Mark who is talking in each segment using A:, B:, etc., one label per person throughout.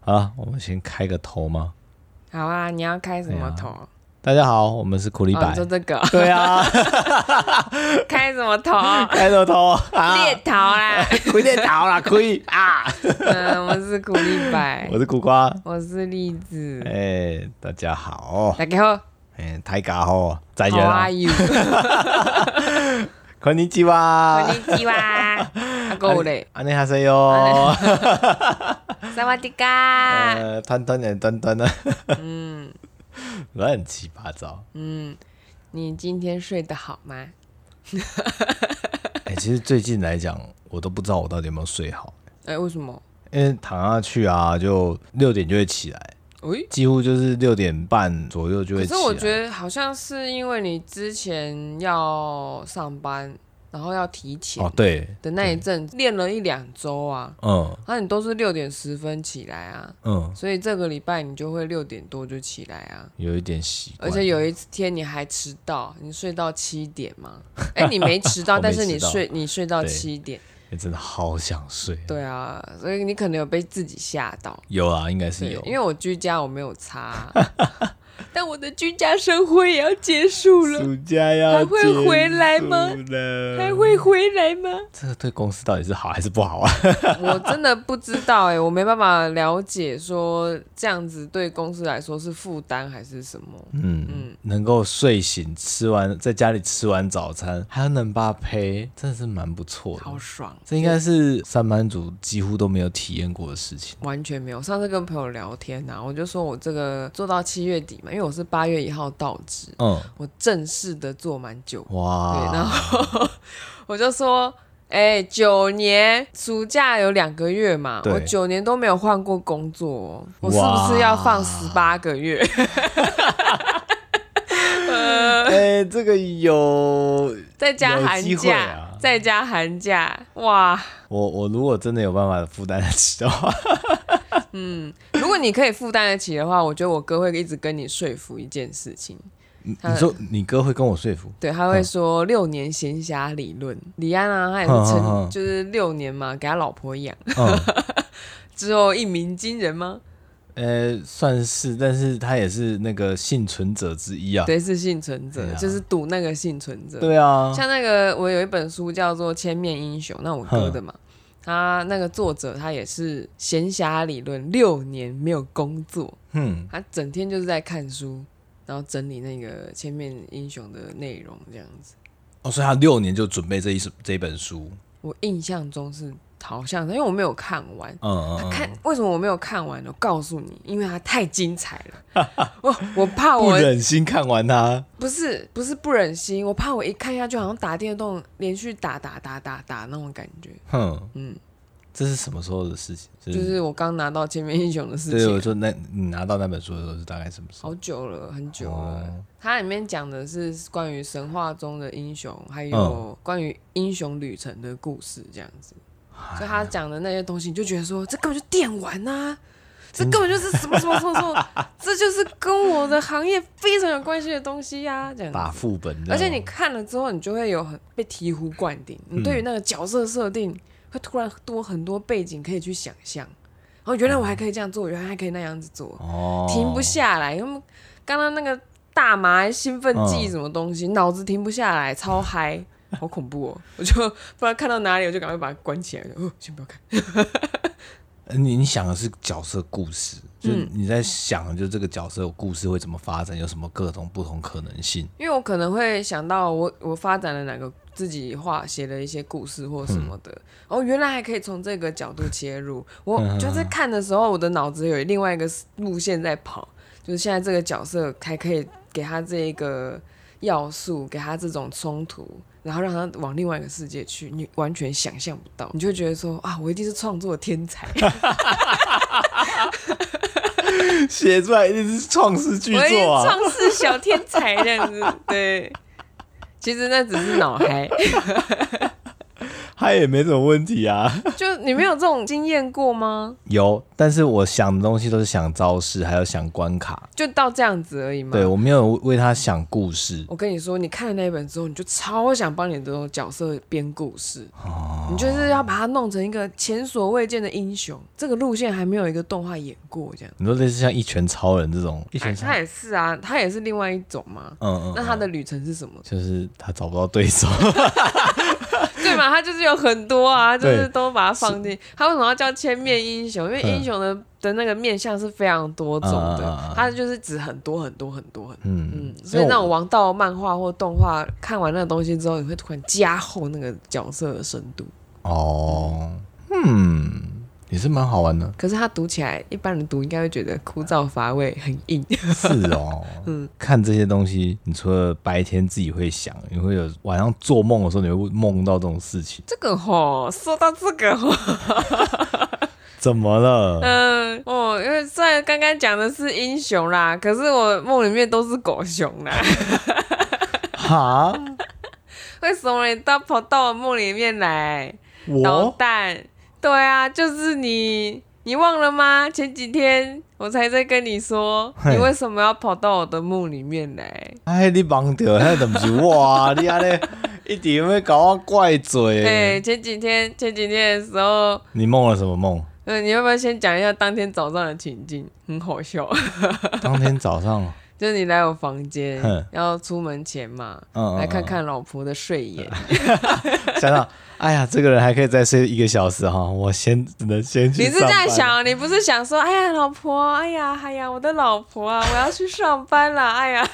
A: 好了，啊我们先开个头吗？
B: 好啊，你要开什么头？
A: 大家好，我们是苦力
B: 哦，
A: 白。
B: 你说这个
A: 对啊，
B: 开什么头？
A: 开什么头啊？
B: 猎头啦。
A: 苦点头啦，苦力 啊！
B: 嗯，我是苦力白
A: 我，是苦瓜。
B: 我是栗子
A: 哎、。大家好，
B: 大家好
A: 哎、大家好，啊再见
B: ，How
A: 啦
B: are，you？
A: こんにちは。
B: こんに ちは。阿狗啊嘞，
A: 안녕하세요。
B: 萨瓦迪卡。
A: 哦呃，团团的端端的， 嗯，乱七八糟。
B: 你今天睡得好吗？
A: 哎、其实最近来讲，我都不知道我到底有没有睡好，
B: 哎，为什么？
A: 因为躺下去啊，就六点就会起来，
B: 哎，
A: 几乎就是六点半左右就
B: 可
A: 会起
B: 是
A: 来。
B: 我觉得好像是因为你之前要上班，然后要提前
A: 哦，对，
B: 的那一阵练了一两周啊，
A: 嗯
B: 那你都是六点十分起来啊。
A: 嗯，
B: 所以这个礼拜你就会六点多就起来啊，
A: 有一点习
B: 而
A: 惯，
B: 且有一天你还迟到，你睡到七点吗？哎、你没迟
A: 我
B: 到，
A: 没
B: 但是你
A: 迟到
B: 睡你睡到
A: 对
B: 七点，
A: 哎真的好想睡。
B: 对啊，所以你可能有被自己吓到，
A: 有啊，应该是
B: 对
A: 有，，
B: 因为我居家我没有擦啊、 但我的居家生活也要结束了，
A: 暑假要
B: 还会回来吗
A: 结束了
B: 还会回来吗？
A: 这个对公司到底是好还是不 好啊？
B: 我真的不知道哎、我没办法了解说这样子对公司来说是负担还是什么，
A: 嗯，能够睡醒吃完，在家里吃完早餐，还有能爸陪，真的是蛮不错的
B: 好。爽。
A: 这应该是上班族几乎都没有体验过的事情。
B: 完全没有。上次跟朋友聊天呐、我就说我这个做到七月底嘛，因为我是八月一号到职，
A: 嗯，
B: 我正式的做满九，对，然
A: 哇，
B: 后 我就说。哎、九年暑假有两个月嘛，
A: 对
B: 我九年都没有换过工作、哦，我是
A: 哇
B: 不是要放十八个月？ 呃
A: 哎、这个有
B: 再加
A: 有
B: 寒
A: 机会
B: 假，
A: 啊
B: 再加寒假，哇！
A: 我我如果真的有办法负担得起的 话，
B: 如果你可以负担得起的话，我觉得我哥会一直跟你说服一件事情，
A: 你
B: 他
A: 你说你哥会跟我说服？
B: 对，他会说六年闲暇理论。李安啊，他也是
A: 哼哼
B: 成
A: 哼
B: 就是六年嘛，给他老婆养，
A: 嗯，
B: 之后一鸣惊人吗？
A: 呃，算是，但是他也是那个幸存者之一啊。
B: 对，是幸存者，
A: 对啊
B: 就是赌那个幸存者。
A: 对啊，
B: 像那个我有一本书叫做《千面英雄》，那我哥的嘛。
A: 嗯
B: 他那个作者，他也是闲暇理论，六年没有工作，
A: 嗯，
B: 他整天就是在看书，然后整理那个《千面英雄》的内容，这样子。
A: 哦，所以他六年就准备这一这一本书。
B: 我印象中是好像，因为我没有看完，
A: 嗯嗯
B: 他
A: 嗯，
B: 看为什么我没有看完呢？我告诉你，因为它太精彩了， 我我怕
A: 不
B: 我
A: 忍心看完它。
B: 不是不是不忍心，我怕我一看下去好像打电动，连续打打打打打那种感觉，
A: 哼，
B: 嗯
A: 这是什么时候的事情？就
B: 就是我刚拿到《千面英雄》的事
A: 对，我
B: 情，
A: 说那你拿到那本书的时候是大概什么时候？
B: 好久了，很久
A: 哦
B: 了。它里面讲的是关于神话中的英雄，还有
A: 嗯
B: 关于英雄旅程的故事，这样子。所以他讲的那些东西，你就觉得说这根本就电玩啊，这根本就是什么什么什么什 么，这就是跟我的行业非常有关系的东西呀、这样
A: 打
B: 子。
A: 副本这样吗，
B: 而且你看了之嗯后，你就会有很被醍醐灌顶，你对于那个角色设定会突然多很多背景可以去想象。哦，原来我还可以这样做，原来还可以那样子做，
A: 哦
B: 停不下来。因为刚刚那个大麻兴奋剂
A: 嗯
B: 什么东西，脑子停不下来，超嗨，好恐怖哦！我就不然看到哪里，我就赶快把它关起来，我就哦，先不要看。
A: 呃你你想的是角色故事，就
B: 嗯
A: 你在想就这个角色故事会怎么发展，有什么各种不同可能性。
B: 因为我可能会想到我我发展了哪个自己画写的一些故事或什么的，哦，原来还可以从这个角度切入。我就是看的时候，我的脑子有另外一个路线在跑，就是现在这个角色还可以给他这一个要素，给他这种冲突。然后让他往另外一个世界去，你完全想象不到，你就会觉得说啊，我一定是创作天才，
A: 写出来一定是创世巨
B: 我一定
A: 作啊！
B: 创世小天才这样子。对，其实那只是脑嗨。
A: 他也没什么问题啊。
B: 就你没有这种经验过吗？
A: 有，但是我想的东西都是想招式，还有想关卡。
B: 就到这样子而已吗？
A: 对我没有为他想故事，
B: 我跟你说，你看了那一本之后，你就超想帮你的这种角色编故事，你就是要把它弄成一个前所未见的英雄。这个路线还没有一个动画演过，这样。
A: 你说类似像一拳超人这
B: 哎
A: 种，一拳超
B: 他也是啊，他也是另外一种嘛。
A: 嗯嗯，
B: 那他的旅程是什么？
A: 就是他找不到对手，
B: 对嘛，他就是有很多啊，就
A: 对
B: 是都把它放进。他为什么要叫千面英雄？因为英雄的的那个面相是非常多种
A: 嗯嗯嗯
B: 的
A: 嗯，
B: 他就是指很多很多很多很多。
A: 嗯，
B: 嗯，所以那种王道漫画或动画，看完那个东西之后，你会突然加厚那个角色的深度。，
A: 哦，嗯，也是蛮好玩的
B: 可是它读起来，一般人读应该会觉得枯燥乏味，很硬。
A: 是 哦，
B: 嗯
A: 看这些东西，你除了白天自己会想，你会有晚上做梦的时候，你会梦到这种事情，
B: 这个吼，说到这个吼，
A: 怎么了？
B: 嗯、哦，因为虽然刚刚讲的是英雄啦，可是我梦里面都是狗熊啦。
A: 哈，
B: 为什么你到跑到我梦里面来捣
A: 我
B: 蛋？对啊，就是你，你忘了吗？前几天我才在跟你说，
A: 嘿
B: 你为什么要跑到我的梦里面来？
A: 哎，你忘掉，那都不是我啊，你安尼一定会搞我怪
B: 对、
A: 罪。
B: 哎前几天前几天的时候，
A: 你梦了什么 梦？
B: 嗯，你要不要先讲一下当天早上的情境？很好笑，
A: 当天早上，
B: 就是你来我房间
A: 哼，
B: 要出门前嘛，
A: 嗯，嗯
B: 来看，看老婆的 睡眼。
A: 嗯想想，哎呀，这个人还可以再睡一个小时哈，我先只能先去。
B: 你是这样？想，你不是想说，哎呀，老婆，哎呀，哎呀，我的老婆啊，我要去上班了， 哎呀，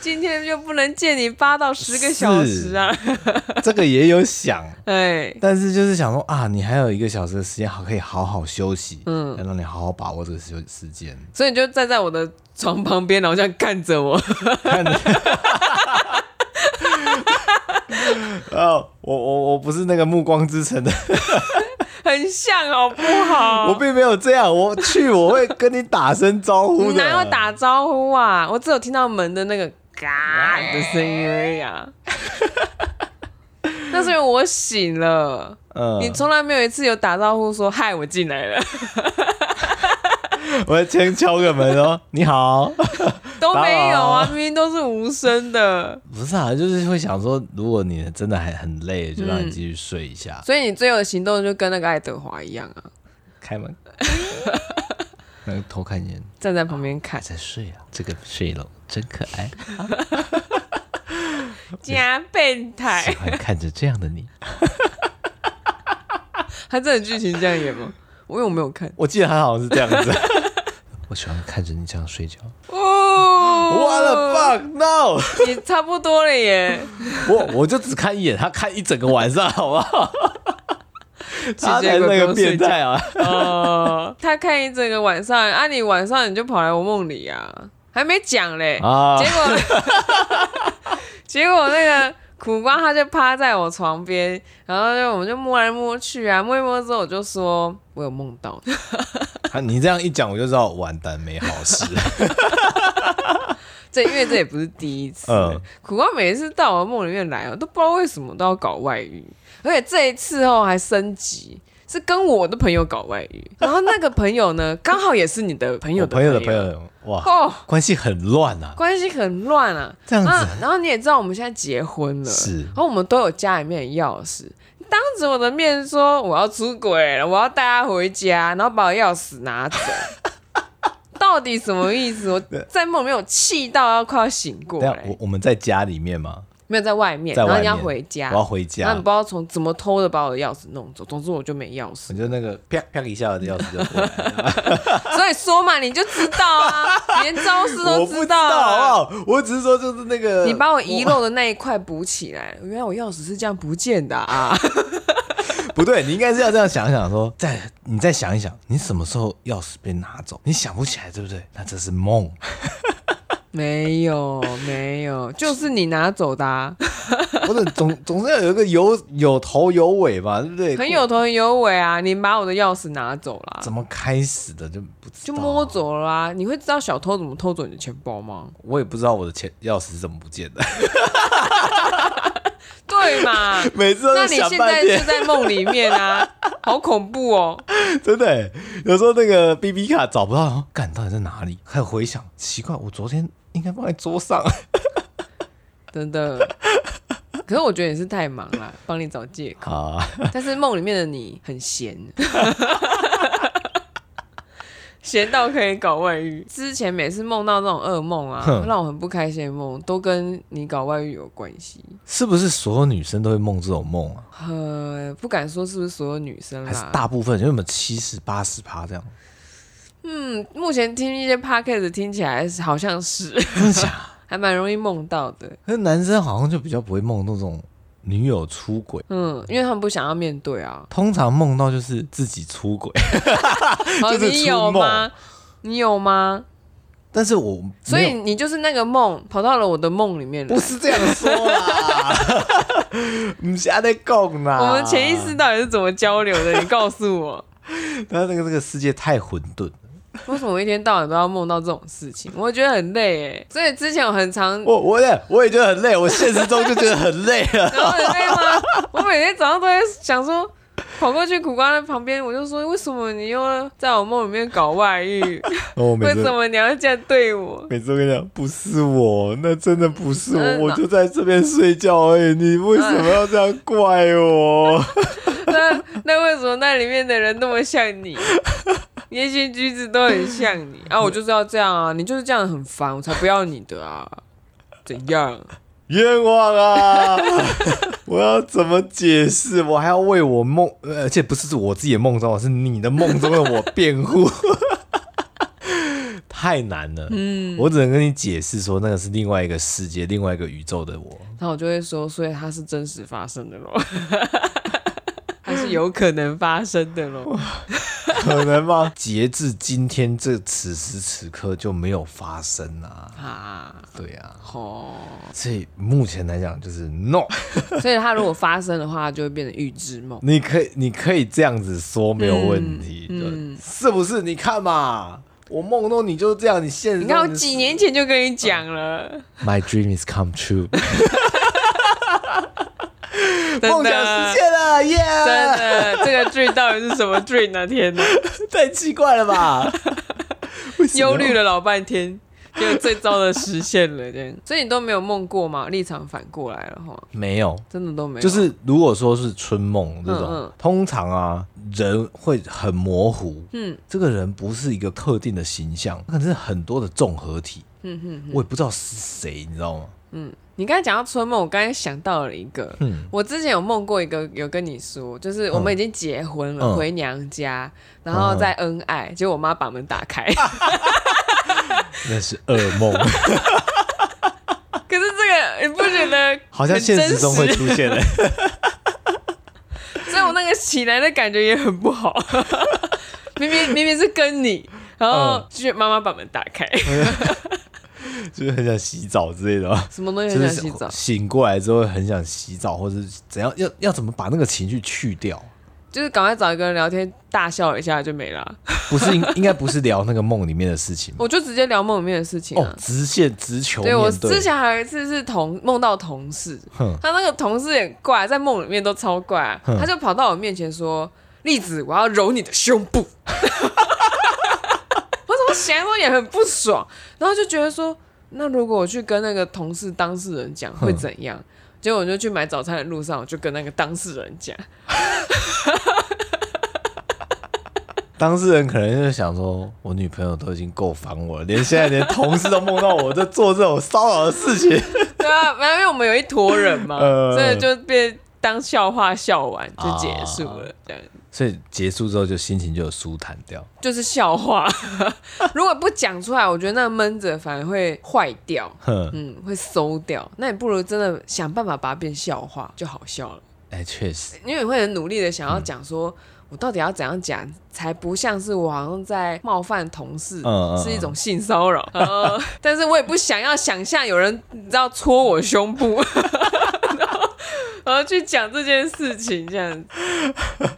B: 今天就不能见你八到十个小时啊，
A: 这个也有想，
B: 哎，
A: 但是就是想说啊，你还有一个小时的时间，好可以好好休息，
B: 嗯
A: 嗯，让你好好把握这个休时间。
B: 所以你就站在我的床旁边，然后这样看着我，
A: 呃，我我我不是那个《暮光之城》的，
B: 很像好不好？
A: 我并没有这样，我去我会跟你打声招呼
B: 你
A: 的。
B: 哪有？打招呼啊？我只有听到门的那个嘎的声音而 已啊。那是因为我醒了，
A: 嗯，
B: 你从来没有一次有打招呼说“嗨，我进 来了
A: 我会先敲个门哦，你好。”，
B: 都没有
A: 打
B: 啊，
A: 扰
B: 明明都是无声的。
A: 不是啊，就是会想说，如果你真的还很累，就让你继续睡一下，
B: 所以你最后的行动就跟那个爱德华一样啊，
A: 开 门，那个偷看一眼，
B: 站在旁边看
A: 还，在睡啊，这个睡了真可爱，
B: 加变态
A: 喜。欢看着这样的你。
B: 他真的剧情这样演吗？我有没有看？
A: 我记得他好像是这样子。 我喜欢看着你这样睡觉。
B: 哦
A: What the fuck no！
B: 你差不多了耶。
A: 我我就只看一眼，他看一整个晚上，好不好？ 他才
B: 结
A: 是
B: 果
A: 那
B: 给
A: 个
B: 我睡
A: 变
B: 觉
A: 态啊！
B: 哦， 他看一整个晚上，啊，你晚上你就跑来我梦里啊，还没讲嘞，
A: 啊
B: 结，果 结果那个苦瓜他就趴在我床边，然后就我们就摸来摸去啊，摸一摸之后我就说我有梦到，
A: 啊你这样一讲，我就知道完蛋没好事。
B: 这因为这也不是第一次，
A: 嗯
B: 苦瓜每次到我的梦里面来，我都不知道为什么都要搞外遇，而且这一次哦还升级。是跟我的朋友搞外遇，然后那个朋友呢，刚好也是你的朋友
A: 我
B: 的
A: 朋友的朋
B: 友
A: 友，哇，
B: 哦，
A: 关系很乱啊。
B: 关系很乱啊。
A: 这样子
B: 啊然后你也知道我们现在结婚了，
A: 是
B: 然后我们都有家里面的钥匙。当着我的面说我要出轨了，我要带他回家，然后把我钥匙 拿走，到底什么意思？我在梦里面我气到要快要醒过
A: 等一下
B: 来
A: 我，我们在家里面嘛，
B: 没有在外面，
A: 在
B: 然后
A: 外
B: 你
A: 面
B: 要回家，
A: 我要回
B: 然后
A: 家
B: 你不，知道从怎么偷的把我的钥匙弄走，总之我就没钥匙
A: 我。就那个啪啪一下，我的钥匙就过 来了。
B: 所以说嘛，你就知道啊，连招式
A: 我
B: 都
A: 不知
B: 道啊
A: 道，好不好？我只是说就是那个，
B: 你把我遗漏的那一块补起来 了，原来我钥匙是这样不见的啊！
A: 不对，你应该是要这样想想说，再你再想一想，你什么时候钥匙被拿走？你想不起来，对不对？那这是梦，
B: 没有没有，就是你拿走的、啊，
A: 不是总总是要有一个有有头有尾吧，对不对？
B: 很有头很有尾啊！你把我的钥匙拿走啦，
A: 怎么开始的就不知
B: 就
A: 道
B: 摸，走了啊！你会知道小偷怎么偷走你 的钱包吗？
A: 我也不知道我的钱钥匙是怎么不见的。
B: 对对嘛？
A: 每次都
B: 那
A: 在
B: 你
A: 想
B: 现在
A: 半
B: 就
A: 天，
B: 在梦里 面啊，好恐怖哦！
A: 真的欸。有时候那个 B B 卡找不到，然后干到底在哪里？还有回想，奇怪，我昨天应该放在桌 上。
B: 真的。可是我觉得你是太忙了，帮你找借口。
A: 好啊，
B: 但是梦里面的你很闲，闲到可以搞外遇。之前每次梦到这种噩梦啊
A: 哼，
B: 让我很不开心的梦，都跟你搞外遇有关系。
A: 是不是所有女生都会梦这种梦啊？
B: 呃，不敢说是不是所有女生
A: 还是
B: 啦。
A: 大部分有没有七十八十趴这样？
B: 嗯，目前听一些 podcast 听起来是好像是，
A: 真的假？
B: 还蛮容易梦到的。
A: 那男生好像就比较不会梦那种女友出轨。
B: 嗯，因为他们不想要面对啊。
A: 通常梦到就是自己出轨，
B: 哦，
A: 就是
B: 你
A: 出
B: 有
A: 梦
B: 吗？你有吗？
A: 但是我
B: 所
A: 没有
B: 以你就是那个梦跑到了我的梦里面来
A: 不是这样说啦， 不是在讲啦。
B: 我们潜意识，到底是怎么交流的？你告诉我，
A: 他那个这个世界太混沌了。
B: 为什么我一天到晚都要梦到这种事情？我觉得很累哎。所以之前我很常，
A: 我我也我也觉得很累，我现实中就觉得很累了。
B: 然后很累吗？ 我每天早上都在想说，跑过去苦瓜的旁边，我就说，为什么你又在我梦里面搞外 遇？
A: 我每
B: 为
A: 次
B: 什么你要这样对我？
A: 每次都跟你讲，不是我，那真的不是
B: 真
A: 我，
B: 的
A: 我就在这边睡觉而已。你为什
B: 嗯
A: 么要这样怪我？
B: 那那为什么那里面的人那么像 你？言行举止都很像你啊！我就是要这样啊！你就是这样很烦，我才不要你的啊！怎样？
A: 冤枉啊！ 我要怎么解释？我还要为我梦，呃而且不是我自己的梦中，哦是你的梦中的我辩护， 太难了。嗯，我只能跟你解释说，那个是另外一个世界，另外一个宇宙的我。
B: 然后我就会说，所以它是真实发生的咯，它是有可能发生的咯。
A: 可能吗？截至今天这此时此刻就没有发生啊。
B: 啊，
A: 对啊，
B: 哦，
A: 所以目前来讲就是 no。
B: 所以它如果发生的话，就会变成预知梦。
A: 你可以，你可以这样子说，没有问题，
B: 嗯
A: 就是不是？你看嘛，我梦中你就这样，你现实
B: 你看，我
A: 中就是
B: 几年前就跟你讲了，
A: ，My dream is come true，
B: 真的，
A: 嗯梦想实现了，耶、
B: 真的，这个 dream 到底是什么 dream 呢、天哪！
A: 哦太奇怪了吧？为什么
B: 忧虑了老半天，结果最糟的实现了，这样。所以你都没有梦过吗？立场反过来了哈，
A: 没有。
B: 真的都没有。
A: 就是如果说是春梦这种，
B: 嗯嗯
A: 通常啊人会很模糊，
B: 嗯
A: 这个人不是一个特定的形象，他可能是很多的综合体，
B: 嗯哼
A: 我也不知道是谁，你知道吗？
B: 嗯，你刚才讲到春梦，我刚才想到了一个，
A: 嗯
B: 我之前有梦过一个，有跟你说，就是我们已经结婚了，
A: 嗯
B: 回娘家，然后在恩爱，结果我妈把门打开，
A: 嗯那是噩梦，
B: 可是这个你不觉得
A: 好像
B: 很
A: 现实中会
B: 真
A: 出现的、
B: 实，所以我那个起来的感觉也很不好， 明明明明是跟你，然后
A: 嗯
B: 就妈妈把门打开，
A: 就是很想洗澡之类的吧，
B: 什么东
A: 就
B: 西很
A: 是
B: 想洗澡，
A: 醒过来之后很想洗澡，或者是怎样，要要怎么把那个情绪去掉？
B: 就是赶快找一个人聊天，大笑一下就没了，
A: 不是应 应该不是聊那个梦里面的事情吗？
B: 我就直接聊梦里面的事情
A: 哦
B: 啊，。
A: 直线直球面
B: 对，
A: 对。
B: 我之前还有一次是同梦到同事，
A: 哼，
B: 他那个同事也怪，在梦里面都超怪、啊
A: 哼
B: 他就跑到我面前说：“栗子，我要揉你的胸部。” 我怎么想都也很不爽，然后就觉得说，那如果我去跟那个同事当事人讲会怎样？结果我就去买早餐的路上，我就跟那个当事人讲，
A: 当事人可能就想说，我女朋友都已经够烦我了，连 现在连同事都梦到我在做这种骚扰的事情。
B: 对啊，反正因为我们有一坨人嘛，
A: 呃
B: 所以就被当笑话笑完就结束了，这样
A: 所以结束之后就心情就有舒坦掉。
B: 就是笑话。 如果不讲出来，我觉得那个闷着反而会坏掉。
A: 哼，
B: 嗯，会馊掉。那你不如真的想办法把它变笑话，就好笑了。
A: 哎、确实，
B: 因为你会很努力的想要讲说，我到底要怎样讲，才不像是我好像在冒犯同事，
A: 嗯嗯
B: 是一种性骚扰。 呃，但是我也不想要想象有人你知道戳我胸部，然后然后去讲这件事情，这样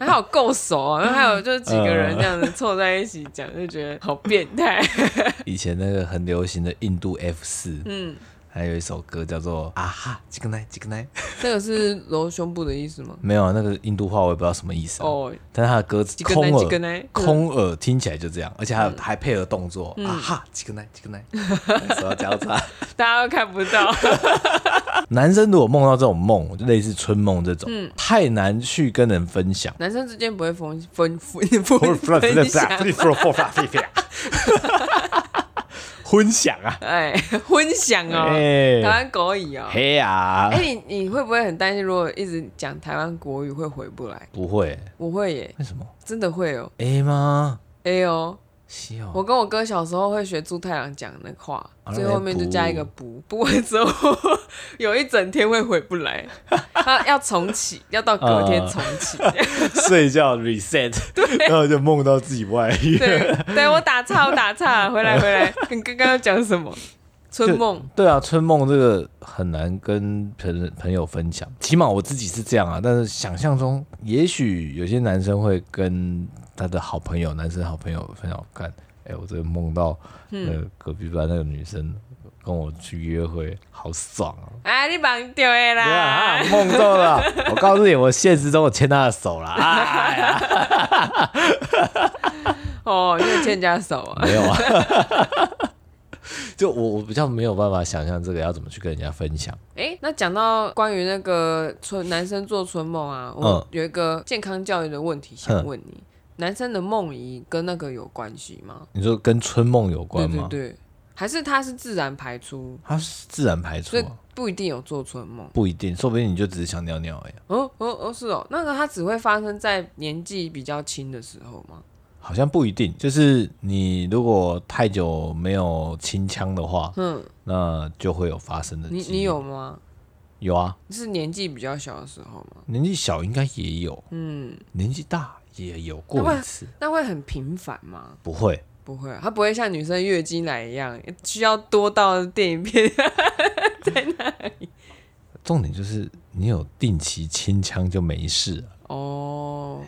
B: 还好够熟啊。然后还有就几个人这样子凑在一起 讲，就觉得好变态。
A: 以前那个很流行的印度 F 四，
B: 嗯，
A: 还有一首歌叫做啊哈吉格奈吉格奈，
B: 这个是揉胸部的意思吗？
A: 没有啊那个印度话我也不知道什么意思、啊，
B: 哦，
A: 但是它的歌词
B: 吉格
A: 空
B: 奈吉格
A: 耳
B: 奈，嗯
A: 空耳听起来就这样，而且还有还配合动作啊哈吉格奈吉 格奈，
B: 嗯
A: 手要交叉。
B: 大家都看不到。
A: 啊男生如果梦到这种梦，就类似春梦这种， 太难去跟人分享。
B: 男生之间不会分分分分分享，
A: 混响啊，
B: 哎，分享哦，
A: 哎
B: 台，湾国语哦。
A: 嘿啊呀
B: 哎，，你你会不会很担心，如果一直讲台湾国语会回不来？
A: 不会，
B: 我会耶，
A: 为什么
B: 真的会哦。
A: ？A 吗？
B: 哎呦，
A: 西哦，
B: 我跟我哥小时候会学猪太郎讲的话
A: 啊，
B: 最后面就加一个不，不完之后 有一整天会回不来， 他要重启，要到隔天重启。
A: 啊睡觉 reset，然后就梦到自己外遇。
B: 对，对我打岔，我打岔，回来回来，跟刚刚要讲什么？春梦，
A: 对啊，春梦这个很难跟朋朋友分享，起码我自己是这样啊。但是想象中，也许有些男生会跟他的好朋友，男生好朋友分享，看，哎、我这个梦到那个隔壁班那个女生跟我去约会，好爽啊！
B: 哎，你忙掉的
A: 对
B: 啦
A: 啊，， 梦中了。我告诉你，我现实中我牵她的手啦，哎呀，
B: 哦，你有欠人家手啊，
A: 没有啊。 就我我比较没有办法想象这个要怎么去跟人家分享。
B: 哎，那讲到关于那个春男生做春梦啊，我
A: 嗯
B: 有一个健康教育的问题想
A: 哼
B: 问你，男生的梦遗跟那个有关系吗？
A: 你说跟春梦有关
B: 对
A: 吗
B: 对？对，还是他是自然排出，
A: 它是自然排除、
B: 所以
A: 啊，
B: 不一定有做春梦。
A: 不一定，说不定你就只是想尿尿而已啊，
B: 哦哦哦，是哦，那个它只会发生在年纪比较轻的时候吗？
A: 好像不一定。就是你如果太久没有清腔的话，
B: 嗯，
A: 那就会有发生的
B: 你
A: 几率
B: 你有吗？
A: 有啊？
B: 是年纪比较小的时候吗？
A: 年纪小应该也有，
B: 嗯，
A: 年纪大也有过
B: 那
A: 一
B: 会
A: 次，
B: 那会很频繁吗？
A: 不会。
B: 不会、啊，它不会像女生月经来一样需要多到电 影片。
A: 重点就是你有定期清腔就没事了。
B: 哦，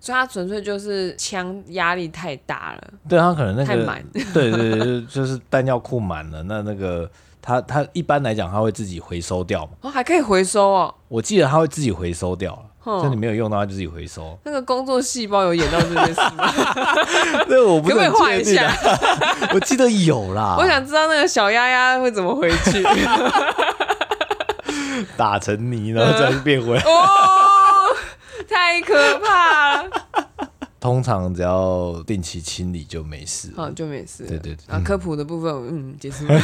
B: 所以它纯粹就是枪压力太大了，
A: 对啊他可能那
B: 太
A: 个
B: 满
A: 对对对，就就是弹药库满了，那那个他他一般来讲他会自己回收掉嘛，
B: 哦，还可以回收哦。
A: 我记得他会自己回收掉了，
B: 哼
A: 就你没有用到他就自己回收。
B: 那个工作细胞有演到这件事吗？
A: 这 我不是
B: 可不可以
A: 很
B: 画
A: 确
B: 一
A: 定
B: 下
A: 啊，？我记得有啦，
B: 我想知道那个小丫丫会怎么 回去。哦
A: 打成泥然后再变 回来。
B: 哦，太可 怕了。
A: 通常只要定期清理就没事了。
B: 好，就没事了。
A: 对对对
B: 啊，科普的部分，嗯，结束了。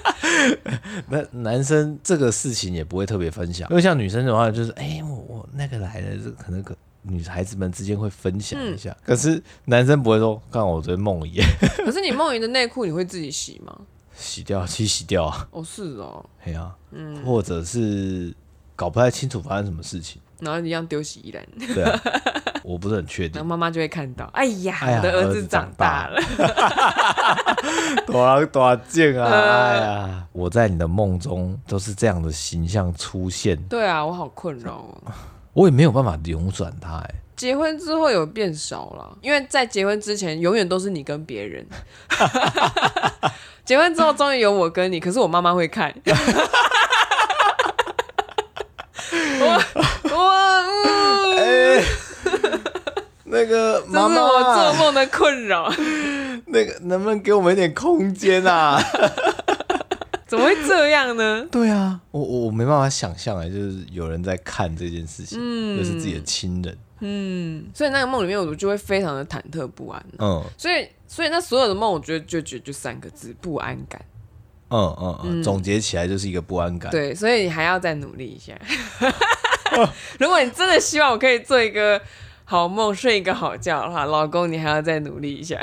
A: 那男生这个事情也不会特别分享，因为像女生的话，就是哎、我我那个来了，这可能可女孩子们之间会分享一下，可是男生不会说，看我昨天梦遗，
B: 可是你梦遗的内裤你会自己洗吗？
A: 洗掉，洗洗掉啊，
B: 哦，是哦，
A: 哎呀、或者是搞不太清楚发生什么事情，
B: 然后一样丢洗衣篮，
A: 对 啊，我不是很确
B: 然
A: 定
B: 后。妈妈就会看到。哎呀，
A: 哎呀
B: 我的儿
A: 儿
B: 子
A: 子
B: 长
A: 长
B: 大
A: 大
B: 了。
A: 多多见啊！
B: 呃
A: 哎呀，我在你的梦中都是这样的形象出现，
B: 对啊，我好困扰哦。
A: 我也没有办法扭转它、哎，
B: 结婚之后有变少了，因为在结婚之前永远都是你跟别人， 结婚之后终于有我跟你，可是我妈妈会看。 我我、嗯、
A: 哎 那个啊
B: 这是我做梦的困扰，
A: 那个能不能给我们一点空间啊？
B: 怎么会这样呢？
A: 对啊，我我我没办法想象哎，就是有人在看这件事情，就是自己的亲人，
B: 嗯，所以那个梦里面我就会非常的忐忑不安、
A: 嗯
B: 所以，所以那所有的梦，我觉得就就就三个字：不安感。
A: 嗯嗯嗯，总结起来就是一个不安感。
B: 对，所以你还要再努力一下。 如果你真的希望我可以做一个好梦，睡一个好觉的话，老公你还要再努力一下。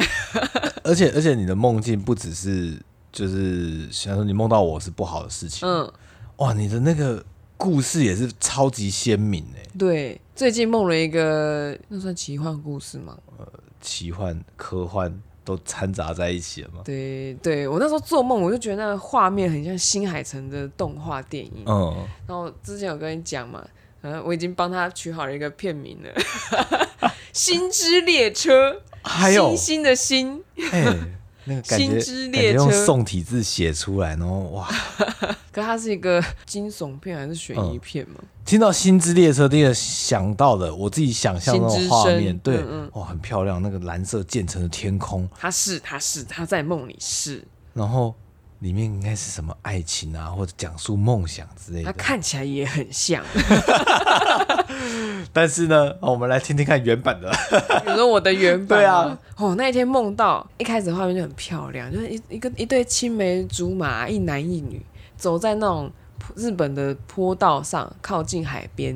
A: 而且而且你的梦境不只是就是想说你梦到我是不好的事情，
B: 嗯，
A: 哇，你的那个故事也是超级鲜明哎，
B: 对，最近梦了一个，那算奇幻故事吗？
A: 奇幻科幻都掺杂在一起了嘛。
B: 对，对我那时候做梦，我就觉得那个画面很像新海诚的动画电影。
A: 嗯，
B: 然后之前有跟你讲嘛，嗯、我已经帮他取好了一个片名了， 《星之列车》，
A: 还有
B: 星星的星，
A: 哎、那个感觉，
B: 心之列
A: 感觉
B: 车
A: 用宋体字写出来，然后哇，
B: 可它是一个惊悚片还是悬疑片嘛？
A: 听到《心之列车》，第一个想到的，我自己想象那种画
B: 心之
A: 面，
B: 声
A: 对，
B: 嗯
A: 哇，很漂亮，那个蓝色渐层的天空，
B: 它是它是它在梦里是，
A: 然后里面应该是什么爱情啊，或者讲述梦想之类
B: 它
A: 的。
B: 看起来也很像。
A: 但是呢，哦我们来听听看原版的，
B: 你说我的原版？
A: 对啊，
B: 哦，那一天梦到一开始画面就很漂亮，就是一一个一对青梅竹马，一男一女走在那种日本的坡道上，靠近海边，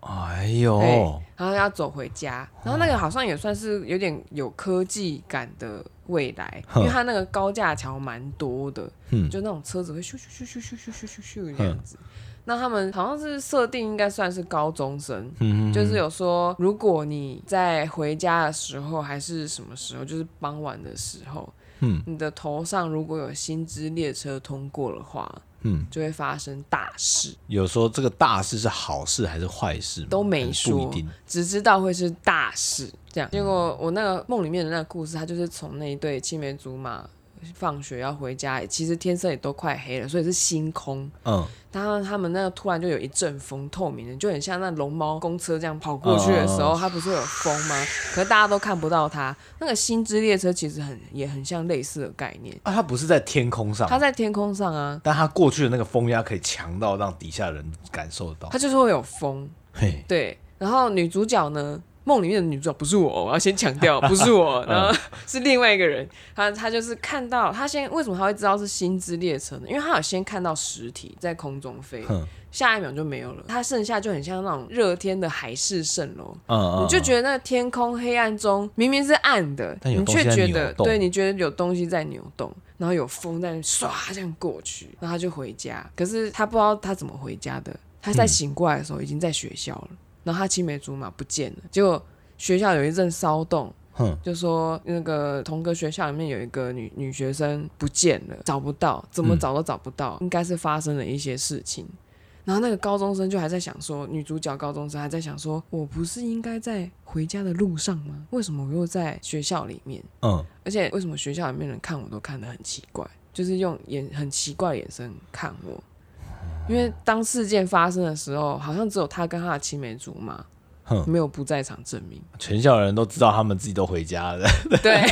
A: 哎
B: 对，
A: 呦，
B: 然后要走回家，然后那个好像也算是有点有科技感的未来，因
A: 哼
B: 为它那个高架桥蛮多的，
A: 嗯
B: 就那种车子会咻咻咻咻咻咻咻咻咻那样子。那他们好像是设定应该算是高中生，
A: 嗯
B: 就是有说，如果你在回家的时候还是什么时候，就是傍晚的时候，
A: 嗯
B: 你的头上如果有新之列车通过的话，
A: 嗯，
B: 就会发生大事，
A: 有说这个大事是好事还是坏事吗
B: 都没
A: 还是不
B: 说
A: 一定。
B: 只知道会是大事。这样，结果我那个梦里面的那个故事，它就是从那一对青梅竹马放学要回家，其实天色也都快黑了，所以是星空。
A: 嗯，
B: 然后他们那个突然就有一阵风，透明的，就很像那龙猫公车这样跑过去的时候，它不是会有风吗？可是大家都看不到它。那个星之列车其实很也很像类似的概念，
A: 啊，它不是在天空上，
B: 它在天空上啊，
A: 但它过去的那个风压可以强到让底下人感受到
B: 它。就是会有风。
A: 嘿，
B: 对，然后女主角呢，梦里面的女主角不是我，我要先强调不是我，然后是另外一个人。她她就是看到她先为什么她会知道是星之列车呢？因为她有先看到实体在空中飞，
A: 哼，
B: 下一秒就没有了。它剩下就很像那种热天的海市蜃楼，
A: 嗯嗯，
B: 你就
A: 嗯
B: 觉得那个天空黑暗中明明是暗的，
A: 但有
B: 你
A: 东西
B: 却
A: 在
B: 觉
A: 扭
B: 得
A: 动
B: 对，你觉得有东西在扭动，然后有风在那唰这样过去，然后他就回家。可是他不知道他怎么回家的，他在醒过来的时候已经在学校了，然后他青梅竹马不见了，结果学校有一阵骚动。
A: 嗯哼
B: 就说那个同个学校里面有一个女女学生不见了，找不到，怎么
A: 嗯
B: 找都找不到，应该是发生了一些事情。然后那个高中生就还在想说，女主角高中生还在想说，我不是应该在回家的路上吗？为什么我又在学校里面？
A: 嗯，
B: 而且为什么学校里面人看我都看得很奇怪，就是用眼很奇怪的眼神看我。因为当事件发生的时候，好像只有他跟他的青梅竹马
A: 哼，
B: 没有不在场证 明。
A: 全校人都知道他们自己都回家 了，
B: 对，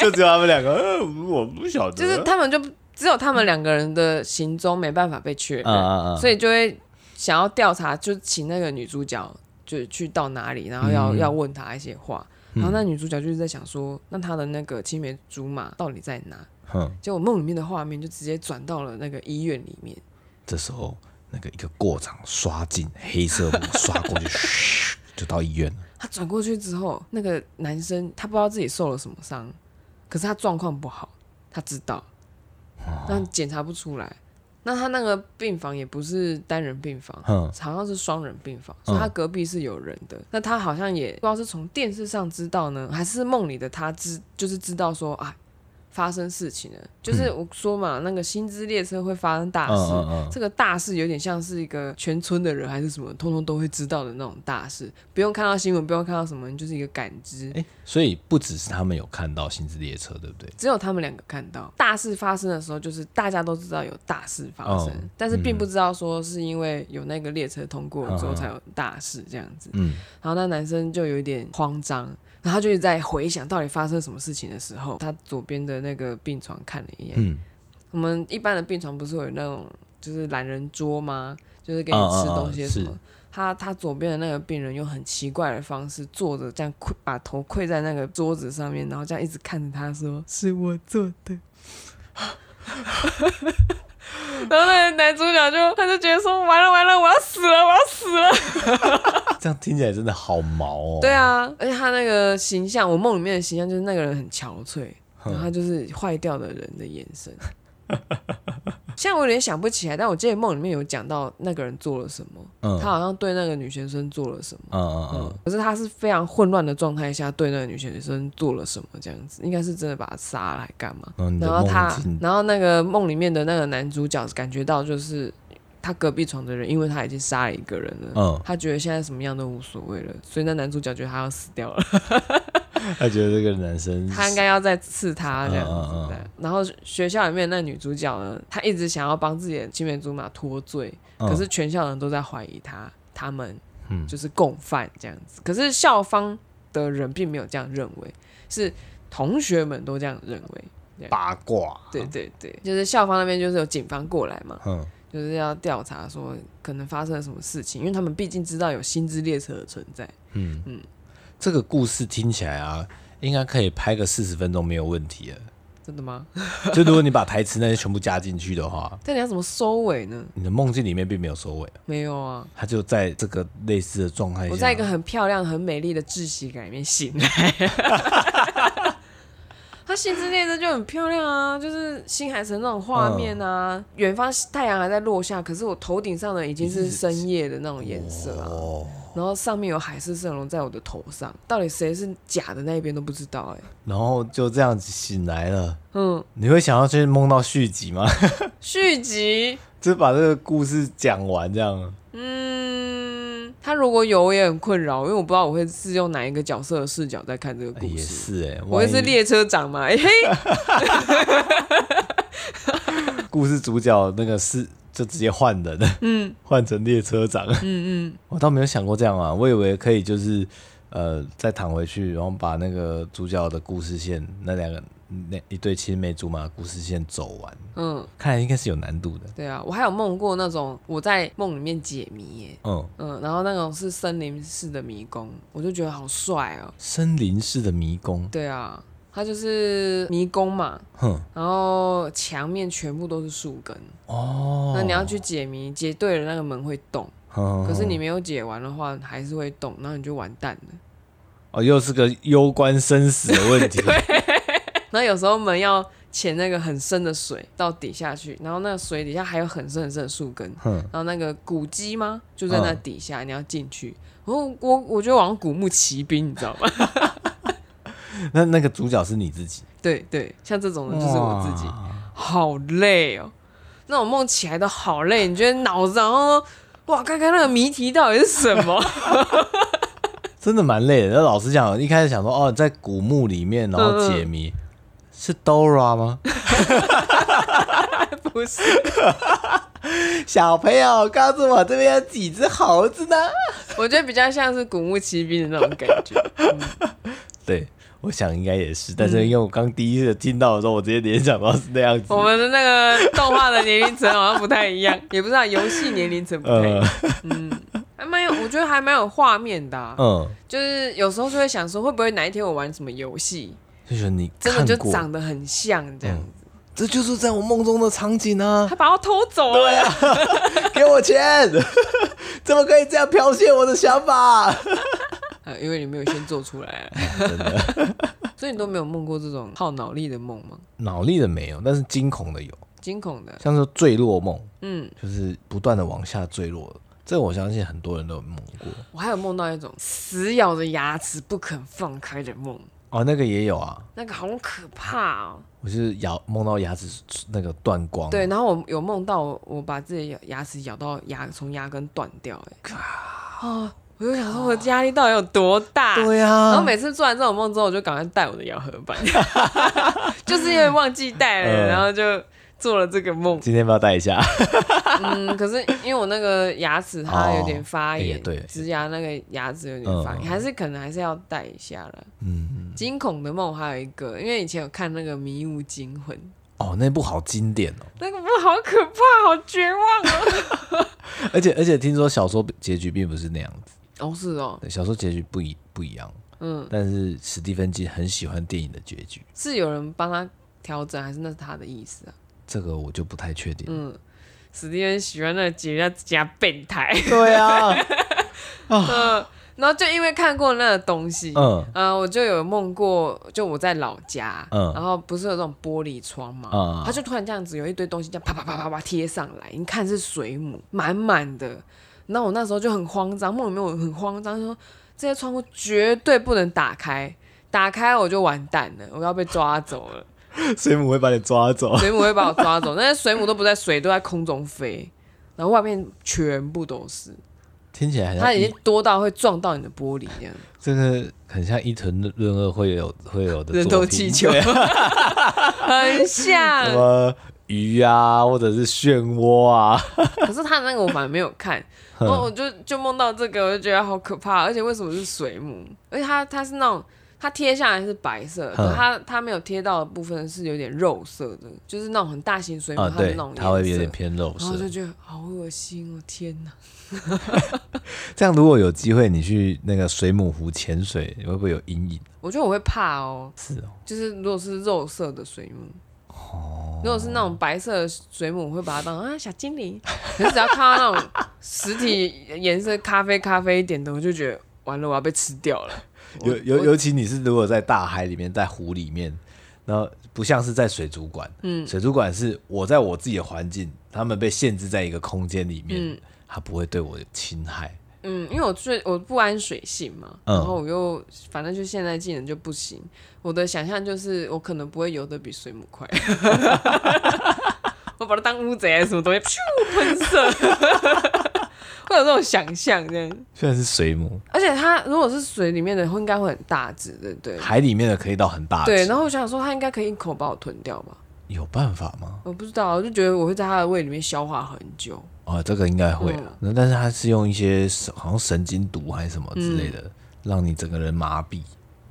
A: 就只有他们两个，呃我不晓得，
B: 就是他们就只有他们两个人的行踪没办法被确
A: 啊
B: 认，
A: 啊啊，
B: 所以就会想要调查，就请那个女主角就去到哪里，然后要、
A: 嗯
B: 要问她一些话。
A: 嗯
B: 然后那女主角就是在想说，那她的那个青梅竹马到底在哪？
A: 哼，
B: 结果梦里面的画面就直接转到了那个医院里面，
A: 这时候那个一个过场刷进黑色幕刷过去， 嘘就到医院了。
B: 她转过去之后，那个男生他不知道自己受了什么伤，可是他状况不好，他知道，但检查不出来。那他那个病房也不是单人病房，
A: 哼，嗯
B: 好像是双人病房，所以他隔壁是有人的。那他好像也不知道是从电视上知道呢，还是梦里的他知，就是知道说啊，发生事情了。就是我说嘛，那个薪资列车会发生大
A: 嗯
B: 事，
A: 嗯嗯，
B: 这个大事有点像是一个全村的人还是什么，通通都会知道的那种大事，不用看到新闻，不用看到什么，就是一个感知。
A: 哎，所以不只是他们有看到薪资列车，对不对？
B: 只有他们两个看到大事发生的时候，就是大家都知道有大事发生，
A: 哦
B: 但是并
A: 嗯
B: 不知道说是因为有那个列车通过了之后
A: 嗯嗯
B: 才有大事这样子。
A: 嗯，
B: 然后那男生就有一点慌张，然后他就一直在回想到底发生什么事情的时候，他左边的那个病床看了一眼。
A: 嗯，
B: 我们一般的病床不是会有那种就是懒人桌吗？就是给你吃东西什么。
A: 嗯嗯嗯是
B: 他他左边的那个病人用很奇怪的方式坐着，这样跪把头跪在那个桌子上面，然后这样一直看着他说：“是我做的。” 然后那个男主角就他就觉得说：“完了完了，我要死了，我要死了。”
A: 嗯这样听起来真的好毛哦。
B: 对，啊，而且他那个形象，我梦里面的形象就是那个人很憔悴，然后他就是坏掉的人的眼神。 现在我有点想不起来，但我记得梦里面有讲到那个人做了什么，
A: 嗯
B: 他好像对那个女学生做了什么，
A: 嗯嗯
B: 嗯
A: 嗯，，
B: 可是他是非常混乱的状态下对那个女学生做了什么，这样子应该是真的把她杀了，还干嘛？
A: 然后嗯你的
B: 然后他
A: 梦境，
B: 然后那个梦里面的那个男主角感觉到就是他隔壁床的人，因为他已经杀了一个人了，
A: 嗯，
B: 他觉得现在什么样都无所谓了，所以那男主角觉得他要死掉了。
A: 他觉得这个男生
B: 他应该要再刺他这样子
A: 嗯嗯嗯嗯
B: 对啊然后学校里面那女主角呢，她一直想要帮自己的青梅竹马脱罪，
A: 嗯
B: 可是全校人都在怀疑她，他们
A: 嗯
B: 就是共犯这样子。可是校方的人并没有这样认为，是同学们都这样认为。
A: 八卦，
B: 对，对对，就是校方那边就是有警方过来嘛，
A: 嗯
B: 就是要调查说可能发生了什么事情，因为他们毕竟知道有薪资列车的存在。
A: 嗯嗯
B: 嗯，
A: 这个故事听起来啊，应该可以拍个四十分钟没有问题了。
B: 真的吗？
A: 就如果你把台词那些全部加进去的话，
B: 但你要怎么收尾呢？
A: 你的梦境里面并没有收尾，
B: 没有啊，
A: 他就在这个类似的状态下，
B: 我在一个很漂亮、很美丽的窒息感里面醒来。 他心之列车就很漂亮啊，就是新海诚那种
A: 嗯
B: 画面啊，远、方太阳还在落下，可是我头顶上的已经是深夜的那种颜色啊，
A: 哦，
B: 然后上面有海市蜃楼在我的头上，到底谁是假的那一边都不知道哎、
A: 然后就这样子醒来了。
B: 嗯，
A: 你会想要去梦到续集吗？
B: 续集，
A: 就把这个故事讲完，这样
B: 嗯，他如果有我也很困扰，因为我不知道我会是用哪一个角色的视角在看这个
A: 哎
B: 故
A: 也
B: 事。
A: 是哎、
B: 我会是
A: 万一
B: 列车长嘛？ 哎嘿，
A: 故事主角那个是就直接换人，嗯， 换成列车长，嗯嗯， 我倒没有想过这样啊，我以为可以就是呃再躺回去，然后把那个主角的故事线那两个那一对青梅竹马的故事线走完，
B: 嗯，
A: 看来应该是有难度的，
B: 对啊，我还有梦过那种我在梦里面解谜耶，
A: 嗯，
B: 嗯，然后那种是森林式的迷宫，我就觉得好帅哦。
A: 森林式的迷宫，
B: 对啊，它就是迷宫嘛，
A: 哼，
B: 然后墙面全部都是树根，
A: 哦，
B: 那你要去解谜，解对了那个门会动，
A: 哼，
B: 可
A: 可
B: 是你没有解完的话还是会动，然后你就完蛋了。
A: 哦又是个攸关生死的问 题，
B: 然后有时候门要潜那个很深的水到底下去，然后那个水底下还有很深很深的树根，
A: 哼，
B: 然后那个古迹吗？就在那底下，你要进去。我我我觉得我好像古墓奇兵，你知道吗？
A: 那那个主角是你自己，
B: 对对，像这种的就是我自己，
A: 哇
B: 好累哦。那种梦起来都好累，你觉得脑子然后哇，看看那个谜题到底是什么？
A: 真的蛮累的。那老实讲，一开始想说哦，在古墓里面然
B: 嗯
A: 后解谜，是 Dora 吗？
B: 不是，
A: 小朋友告诉我这边有几只猴子呢？
B: 我觉得比较像是古墓奇兵的那种感觉。
A: 对，我想应该也是，但是因为我刚第一次听到的时候，我直接联想到是那样子。
B: 嗯我们的那个动画的年龄层好像不太一样， 也不知道游戏年龄层不太一
A: 呃
B: 样，还蛮有，我觉得还蛮有画面的、啊。
A: 嗯，
B: 就是有时候就会想说，会不会哪一天我玩什么游戏，
A: 就觉得你
B: 真的就
A: 看过，嗯
B: 长得很像这样子，
A: 这就是在我梦中的场景啊！
B: 他把我偷走了。
A: 对 啊，给我钱， 怎么可以这样剽窃我的想法？
B: 呃因为你没有先做出来、啊，
A: 真的，
B: 所以你都没有梦过这种耗脑力的梦吗？
A: 脑力的没有，但是惊恐的有，
B: 惊恐的，
A: 像是坠落梦。
B: 嗯，
A: 就是不断的往下坠落。这我相信很多人都有梦过
B: 我还有梦到一种死咬着牙齿不肯放开的梦，
A: 哦，那个也有啊，
B: 那个好可怕哦。
A: 我是咬梦到牙齿那个断光，
B: 对，，然后我有梦到我我把自己的牙齿咬到牙从牙根断掉、欸，哎，啊，我就想说我的压力到底有多大？
A: 对啊呀、
B: 啊然后每次做完这种梦之后，我就赶快带我的咬合板， 就是因为忘记带了，
A: 嗯
B: 然后就做了这个梦。
A: 今天不要带一下，
B: 嗯，可是因为我那个牙齿它有点发炎，
A: 哦哎对
B: 植牙那个牙齿有点发炎，
A: 嗯
B: 还是可能还是要带一下了。
A: 嗯，
B: 惊恐的梦还有一个，因为以前有看那个《迷雾惊魂》，
A: 哦，那部好经典哦，
B: 那个梦好可怕，好 绝望
A: 而且而且听说小说结局并不是那样子，
B: 哦。是哦，
A: 对，小说结局不一不一样，
B: 嗯，
A: 但是史蒂芬金很喜欢电影的结局，
B: 是有人帮他调整，还是那是他的意思啊？
A: 这个我就不太确定，
B: 嗯，史蒂芬喜欢那个杰家加变态。
A: 对 啊，
B: 嗯，然后就因为看过那个东西，嗯、
A: 嗯
B: 我就有梦过，就我在老家，
A: 嗯
B: 然后不是有那种玻璃窗嘛，
A: 嗯
B: 它就突然这样子有一堆东西这样啪啪啪啪啪贴上来，你看是水母，满满的。然后我那时候就很慌张，梦里面我很慌张，就说这些窗户绝对不能打开，打开我就完蛋了，我要被抓走 了，
A: 水母会把你抓走，
B: 水母会把我抓走。那些水母都不在水，都在空中飞，然后外面全部都是。
A: 听起来很像
B: 它已
A: 一
B: 经多到会撞到你的玻璃这样。
A: 真的很像伊藤润二会有会有的
B: 人
A: 作
B: 头
A: 品
B: 气球，
A: 对啊
B: 很
A: 什
B: 像。
A: 么鱼啊，或者是漩涡啊，
B: 可是他那个我反而没有看，
A: 嗯
B: 然后我就就梦到这个，我就觉得好可怕，而且为什么是水母？而且它它是那种。它贴下来是白色，可
A: 嗯
B: 是它它没有贴到的部分是有点肉色的，就是那种很大型水母，
A: 啊，
B: 它的
A: 对
B: 那种，
A: 它会有
B: 颜色
A: 点偏肉
B: 然哦后就
A: 色。
B: 觉得好恶心哦，天哪！
A: 这样如果有机会你去那个水母湖潜水，你会不会有阴影？
B: 我觉得我会怕哦，
A: 是哦，
B: 就是如果是肉色的水母，如果是那种白色的水母，我会把它当啊小精灵。可是只要看到那种实体颜色咖啡咖啡一点的，我就觉得完了，我要被吃掉了。
A: 尤
B: 我
A: 尤尤其你是如果在大海里面，在湖里面，然后不像是在水族馆，
B: 嗯
A: 水族馆是我在我自己的环境，他们被限制在一个空间里面，
B: 嗯
A: 它不会对我有侵害。
B: 嗯，因为我最我不安水性嘛，
A: 嗯
B: 然后我又反正就现在技能就不行。我的想象就是我可能不会游得比水母快， 我把它当乌贼还是什么东西，噗喷射， 会有这种想象这样。
A: 虽然是水母，
B: 而且它如果是水里面的，应该会很大只，对不对？
A: 海里面的可以到很大只，
B: 对，然后我想说它应该可以一口把我吞掉吧，
A: 有办法吗？
B: 我不知道，我就觉得我会在它的胃里面消化很久。
A: 哦，这个应该会
B: 嗯
A: 啊。那、但是它是用一些神好像神经毒还是什么之类
B: 嗯
A: 的，让你整个人麻痹，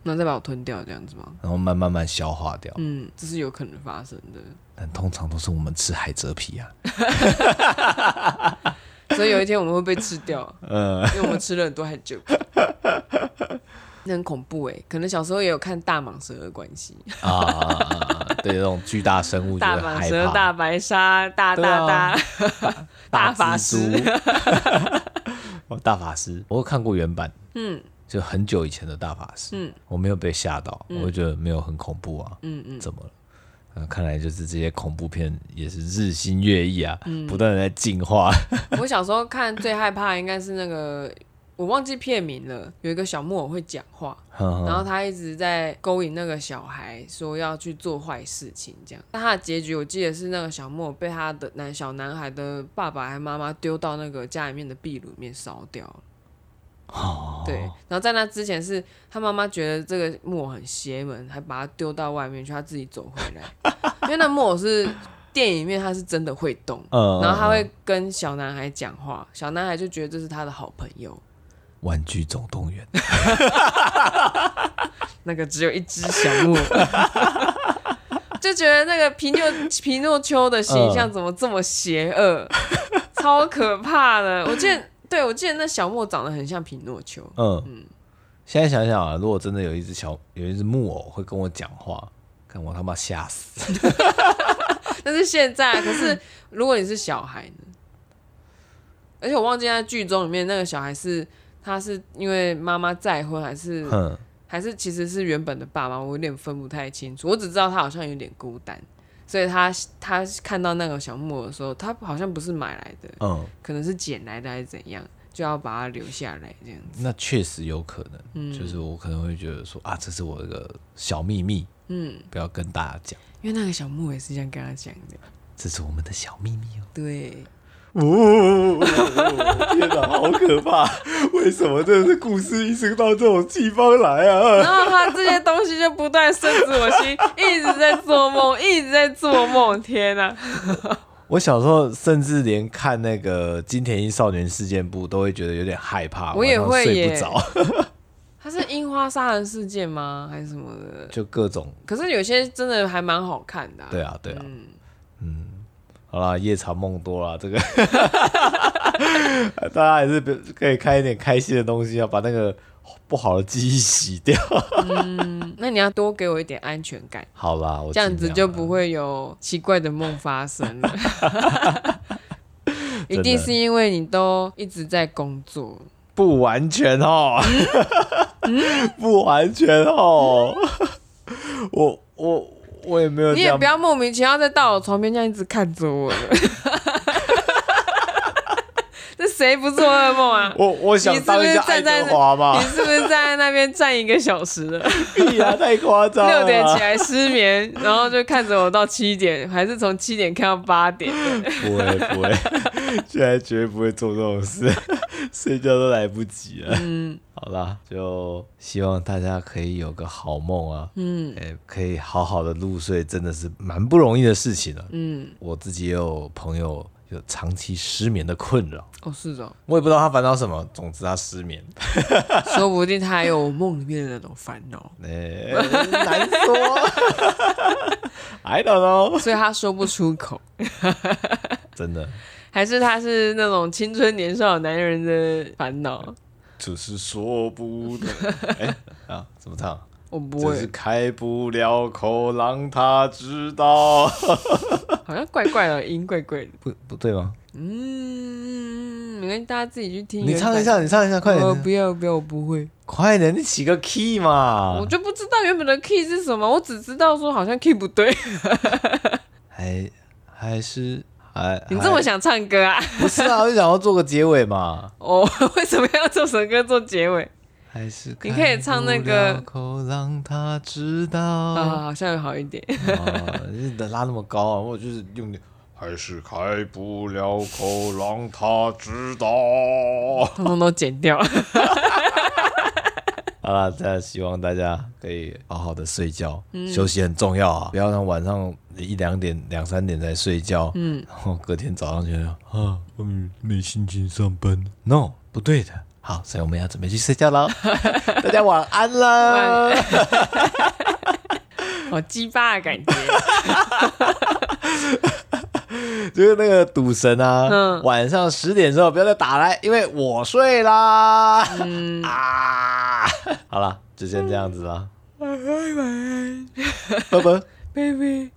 B: 然后再把我吞掉，这样子吗？
A: 然后慢慢慢消化掉。
B: 嗯，这是有可能发生的。
A: 但通常都是我们吃海蜇皮 啊，
B: 所以有一天我们会被吃 掉，
A: 呃，
B: 因为我们吃了很多海 蜇皮，那很恐怖哎、可能小时候也有看《大蟒蛇的关系》，
A: 啊啊，啊啊对这种巨大生物就
B: 大
A: 会
B: 蟒
A: 害
B: 蛇、
A: 怕。
B: 大白鲨、大
A: 对啊
B: 大大， 大法
A: 蜘蛛， 哦，大法师，我有看过原版，
B: 嗯
A: 就很久以前的大法师，
B: 嗯
A: 我没有被吓到，我就觉得没有很恐怖啊，
B: 嗯嗯，
A: 怎么了？呃看来就是这些恐怖片也是日新月异啊，
B: 嗯
A: 不断的在进化。
B: 我小时候看最害怕应该是那个，我忘记片名了，有一个小木偶会讲话，
A: 嗯
B: 然后他一直在勾引那个小孩，说要去做坏事情这样。但他的结局我记得是那个小木偶被他的男小男孩的爸爸还妈妈丢到那个家里面的壁炉里面烧掉了。
A: 哦
B: 对，然后在那之前是他妈妈觉得这个木偶很邪门，还把它丢到外面去，他自己走回来。 因为那木偶是电影里面他是真的会动，
A: 嗯
B: 然后他会跟小男孩讲话，小男孩就觉得这是他的好朋友，
A: 玩具总动员，
B: 那个只有一只小木偶。就觉得那个皮诺皮诺丘的形象怎么这么邪恶， 超可怕的。我记得，对我记得那小木偶长得很像皮诺丘，
A: 嗯现在想想啊，如果真的有一只小有一只木偶会跟我讲话，看我他妈吓死。
B: 但是现在，可是如果你是小孩呢？而且我忘记在剧中里面那个小孩是他是因为妈妈再婚，还是
A: 哼，
B: 还是其实是原本的爸妈，我有点分不太清楚。我只知道他好像有点孤单，所以他他看到那个小木偶的时候，他好像不是买来的，
A: 嗯，
B: 可能是捡来的还是怎样，就要把它留下来这样。
A: 那确实有可能，就是我可能会觉得说啊，这是我一个小秘密，
B: 嗯，
A: 不要跟大家讲，
B: 因为那个小木偶也是这样跟他讲的。
A: 这是我们的小秘密哦。
B: 对，
A: 哦，天哪，好可怕！ 为什么真的是故事一直到这种地方来啊？
B: 然后他这些东西就不断深植我心，一直在做梦，一直在做梦。天啊哪、
A: 我小时候甚至连看那个《金田一少年事件簿》都会觉得有点害怕，
B: 我也
A: 晚上
B: 会
A: 睡不
B: 耶
A: 着，
B: 他是樱花杀人事件吗？还是什么的？
A: 就各种
B: 可是有些真的还蛮好看的、
A: 对，啊对啊，
B: 嗯，
A: 好啦，夜长梦多啦，这个 大家还是不可以看一点开心的东西啊，把那个不好的记忆洗掉。
B: 那你要多给我一点安全感，
A: 好啦，我
B: 这样子
A: 尽量
B: 就
A: 啦
B: 不会有奇怪的梦发生 了。 一定是因为你都一直在工作，
A: 不完全哦，
B: 嗯
A: 不完全哦， 我我我也没有这
B: 你也
A: 样
B: 不，要莫名其妙在到我床边这样一直看着我了。 这谁不做噩梦啊？
A: 我我想当一下爱德华
B: 你
A: 嘛，
B: 是不是站在那边站一个小时 了？
A: 屁啊，太夸张了，
B: 六点起来失眠，然后就看着我到七点，还是从 七点看到八点。
A: 不会不会，现在绝对不会做这种事。 睡觉都来不及了。
B: 嗯
A: 好啦，就希望大家可以有个好梦啊，
B: 嗯
A: 诶、可以好好的入睡，真的是蛮不容易的事情了、啊
B: 嗯，
A: 我自己也有朋友有长期失眠的困扰，
B: 哦是的哦，
A: 我也不知道他烦恼什么，总之他失 眠，
B: 说不定他还有梦里面的那种烦恼，
A: 诶、哎难说 ，I don't know，
B: 所以他说不出口，
A: 真的，
B: 还是他是那种青春年少男人的烦恼。
A: 只是说不 能，哎、啊，怎么唱？
B: 我哦不
A: 只是
B: 会，
A: 开不了口，让他知道，
B: 好像怪怪的音，怪怪的。
A: 不不对吗？
B: 嗯，没关系，大家自己去听。
A: 你唱一，下，你唱一下，快
B: 我
A: 点
B: 不，要不要，我不会。
A: 快点，你起个 key 嘛
B: 我！就不知道原本的 key 是什么，我只知道说好像 key 不对。
A: 哎还还是还
B: 你这么
A: 还
B: 想唱歌啊？
A: 不是 啊？我就想要做个结尾嘛，
B: 哦， 为什么要这首歌做结尾？
A: 还是
B: 你可以唱那
A: 开
B: 个
A: 不了口让他知道
B: 啊，
A: 啊，
B: 好像好一点。
A: 你得拉那么高啊！我就是用力还是开不了口让他知道。
B: 通通都剪掉。
A: 好了，那希望大家可以好好的睡觉，休息很重要啊，不要让晚上一两点、两三点才睡觉，嗯，然后隔天早上觉得啊，嗯，没心情上班，no，不对的。好，所以我们要准备去睡觉 了，大家晚安啦！
B: 好哦鸡巴的感觉。
A: 就是那个赌神啊，
B: 嗯
A: 晚上十点之后不要再打来，因为我睡啦。嗯啊，好了，就先这样子啦，
B: 晚安，晚安
A: 拜拜。
B: ，baby。